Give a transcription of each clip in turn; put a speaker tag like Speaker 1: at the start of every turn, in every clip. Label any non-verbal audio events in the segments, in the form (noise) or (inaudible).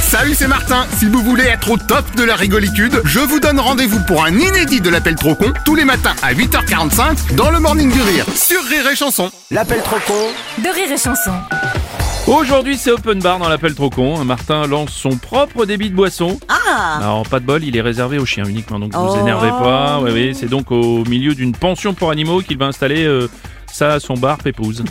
Speaker 1: Salut, c'est Martin. Si vous voulez être au top de la rigolitude, je vous donne rendez-vous pour un inédit de l'appel trop con tous les matins à 8h45 dans le Morning du Rire sur Rire et Chanson.
Speaker 2: L'appel trop con
Speaker 3: de Rire et Chanson.
Speaker 4: Aujourd'hui, c'est open bar dans l'appel trop con. Martin lance son propre débit de boisson.
Speaker 3: Ah
Speaker 4: Alors, pas de bol, il est réservé aux chiens uniquement, donc vous vous énervez pas. Oui, oui, c'est donc au milieu d'une pension pour animaux qu'il va installer euh, ça à son bar Pépouze.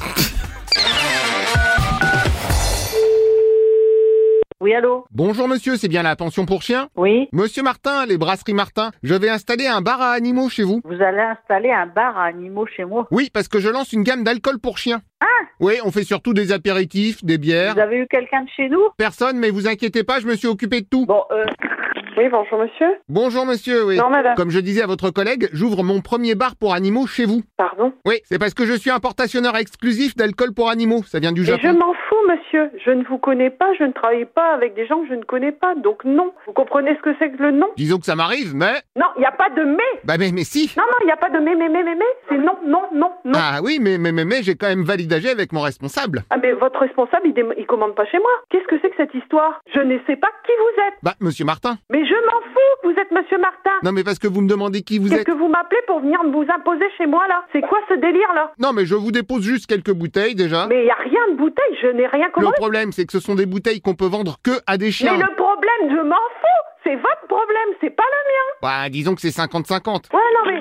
Speaker 5: Oui, allô
Speaker 1: Bonjour monsieur, c'est bien la pension pour chiens
Speaker 5: Oui
Speaker 1: Monsieur Martin, les brasseries Martin, je vais installer un bar à animaux chez vous.
Speaker 5: Vous allez installer un bar à animaux chez moi
Speaker 1: Oui, parce que je lance une gamme d'alcool pour chiens.
Speaker 5: Ah
Speaker 1: Oui, on fait surtout des apéritifs, des bières.
Speaker 5: Vous avez eu quelqu'un de chez nous
Speaker 1: Personne, mais vous inquiétez pas, je me suis occupé de tout.
Speaker 5: Bon, euh...
Speaker 6: Oui, bonjour monsieur.
Speaker 1: Bonjour monsieur, oui.
Speaker 6: Non madame.
Speaker 1: Comme je disais à votre collègue, j'ouvre mon premier bar pour animaux chez vous.
Speaker 6: Pardon.
Speaker 1: Oui, c'est parce que je suis importationneur exclusif d'alcool pour animaux. Ça vient du
Speaker 6: Mais
Speaker 1: Japon.
Speaker 6: je m'en fous monsieur. Je ne vous connais pas, je ne travaille pas avec des gens que je ne connais pas. Donc non. Vous comprenez ce que c'est que le non
Speaker 1: Disons que ça m'arrive, mais...
Speaker 6: Non, il n'y a pas de mais.
Speaker 1: Bah mais, mais si
Speaker 6: Non, non, il n'y a pas de mais, mais, mais, mais, mais. C'est non, non, non, non. Ah.
Speaker 1: Ah oui, mais, mais, mais, mais j'ai quand même validagé avec mon responsable.
Speaker 6: mais votre responsable, il, dé- il commande pas chez moi. Qu'est-ce que c'est que cette histoire Je ne sais pas qui vous êtes.
Speaker 1: Bah, monsieur Martin.
Speaker 6: Mais je m'en fous que vous êtes monsieur Martin.
Speaker 1: Non mais parce que vous me demandez qui vous
Speaker 6: Qu'est-ce
Speaker 1: êtes.
Speaker 6: que vous m'appelez pour venir vous imposer chez moi là C'est quoi ce délire là
Speaker 1: Non mais je vous dépose juste quelques bouteilles déjà.
Speaker 6: Mais il n'y a rien de bouteille, je n'ai rien
Speaker 1: Le
Speaker 6: commandé.
Speaker 1: problème, c'est que ce sont des bouteilles qu'on peut vendre que à des chiens.
Speaker 6: Mais le problème, je m'en fous. C'est votre problème, c'est pas le mien.
Speaker 1: Bah, disons que c'est 50-50.
Speaker 6: Ouais, non, mais.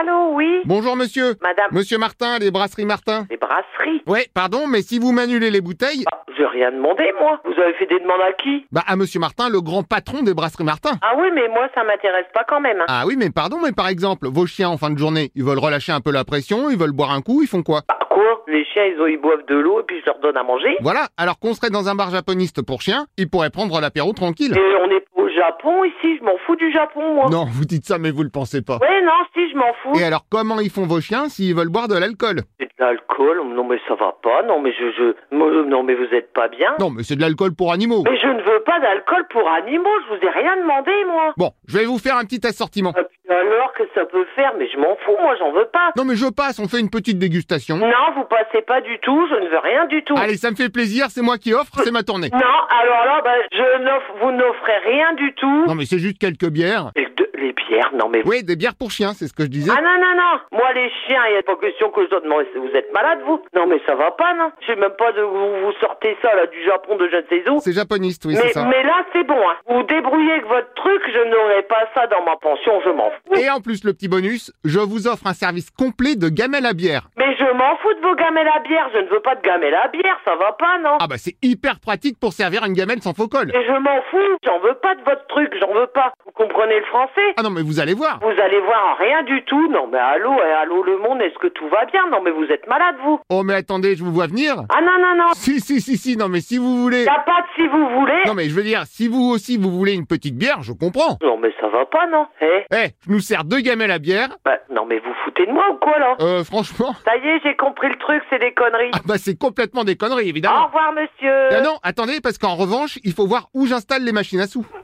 Speaker 6: Allô, oui
Speaker 1: Bonjour monsieur.
Speaker 6: Madame.
Speaker 1: Monsieur Martin, les brasseries Martin.
Speaker 6: Les brasseries
Speaker 1: Ouais, pardon, mais si vous m'annulez les bouteilles,
Speaker 7: Ah, J'ai rien demandé, moi. Vous avez fait des demandes à qui
Speaker 1: bah à monsieur Martin, le grand patron des brasseries Martin.
Speaker 7: Ah oui, mais moi, ça m'intéresse pas quand même. hein.
Speaker 1: Ah oui, mais pardon, mais par exemple, vos chiens en fin de journée, ils veulent relâcher un peu la pression, ils veulent boire un coup, ils font quoi
Speaker 7: Bah, quoi Les chiens, ils, ont, ils boivent de l'eau et puis je leur donne à manger
Speaker 1: Voilà, alors qu'on serait dans un bar japoniste pour chiens, ils pourraient prendre l'apéro tranquille.
Speaker 7: Et on est au Japon, ici. Je m'en fous du Japon, moi.
Speaker 1: Non, vous dites ça, mais vous le pensez pas.
Speaker 7: Ouais, non, si, je m'en fous.
Speaker 1: Et alors, comment ils font vos chiens s'ils veulent boire de l'alcool
Speaker 7: C'est de l'alcool. Non, mais ça va pas. Non, mais je... je... moi, Non, mais vous êtes pas bien.
Speaker 1: Non, mais c'est de l'alcool pour animaux.
Speaker 7: Mais je ne veux pas d'alcool pour animaux. Je vous ai rien demandé, moi.
Speaker 1: Bon, je vais vous faire un petit assortiment.
Speaker 7: Ah, puis alors que ça peut faire Mais je m'en fous, moi, j'en veux pas.
Speaker 1: Non, mais je passe, on fait une petite dégustation.
Speaker 7: Non, vous passez pas du tout. Je ne veux rien du tout.
Speaker 1: Allez, ça me fait plaisir, c'est moi qui offre, c'est ma tournée.
Speaker 7: Non, alors là, bah, je n'offre... vous n'offrez rien du tout.
Speaker 1: Non, mais c'est juste quelques bières.
Speaker 7: Et de- Les bières, non, mais...
Speaker 1: Oui, des bières pour chiens, c'est ce que je disais.
Speaker 7: Ah non, non, non Moi, les chiens, il n'y a pas question que je dois demander. Vous êtes malade, vous Non, mais ça va pas, non Je sais même pas de vous, vous sortez ça, là, du Japon, de je ne sais où.
Speaker 1: C'est japoniste, oui, c'est
Speaker 7: Mais,
Speaker 1: ça.
Speaker 7: mais là, c'est bon, hein. Vous débrouillez avec votre truc, je n'aurai pas ça dans ma pension, je m'en fous.
Speaker 1: Et en plus, le petit bonus, je vous offre un service complet de gamelle à bière.
Speaker 7: Mais je m'en fous de vos gamelles à bière, je ne veux pas de gamelles à bière, ça va pas, non
Speaker 1: Ah bah c'est hyper pratique pour servir une gamelle sans faux col.
Speaker 7: Mais je m'en fous, j'en veux pas de votre truc, j'en veux pas. Vous comprenez le français
Speaker 1: Ah non, mais vous allez voir.
Speaker 7: vous allez voir rien du tout. Non, mais allô, eh, allô le monde, est-ce que tout va bien Non, mais vous êtes malade, vous.
Speaker 1: Oh mais attendez, je vous vois venir.
Speaker 7: Ah non, non, non.
Speaker 1: Si, si, si, si, non mais si vous voulez...
Speaker 7: Y a pas de si vous voulez.
Speaker 1: Non mais je veux dire, si vous aussi vous voulez une petite bière, je comprends.
Speaker 7: Non mais ça va pas, non Eh
Speaker 1: Eh, je nous sers deux gamelles à bière.
Speaker 7: bah, Non mais vous foutez de moi ou quoi, là
Speaker 1: Euh, franchement... (laughs)
Speaker 7: Ça y est, j'ai compris le truc, c'est des conneries.
Speaker 1: Ah bah c'est complètement des conneries,
Speaker 7: Au
Speaker 1: évidemment.
Speaker 7: revoir, monsieur
Speaker 1: Ah non, attendez, parce qu'en revanche, il faut voir où j'installe les machines à sous.
Speaker 7: (laughs)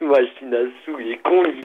Speaker 7: Machine à sous, il est con, lui.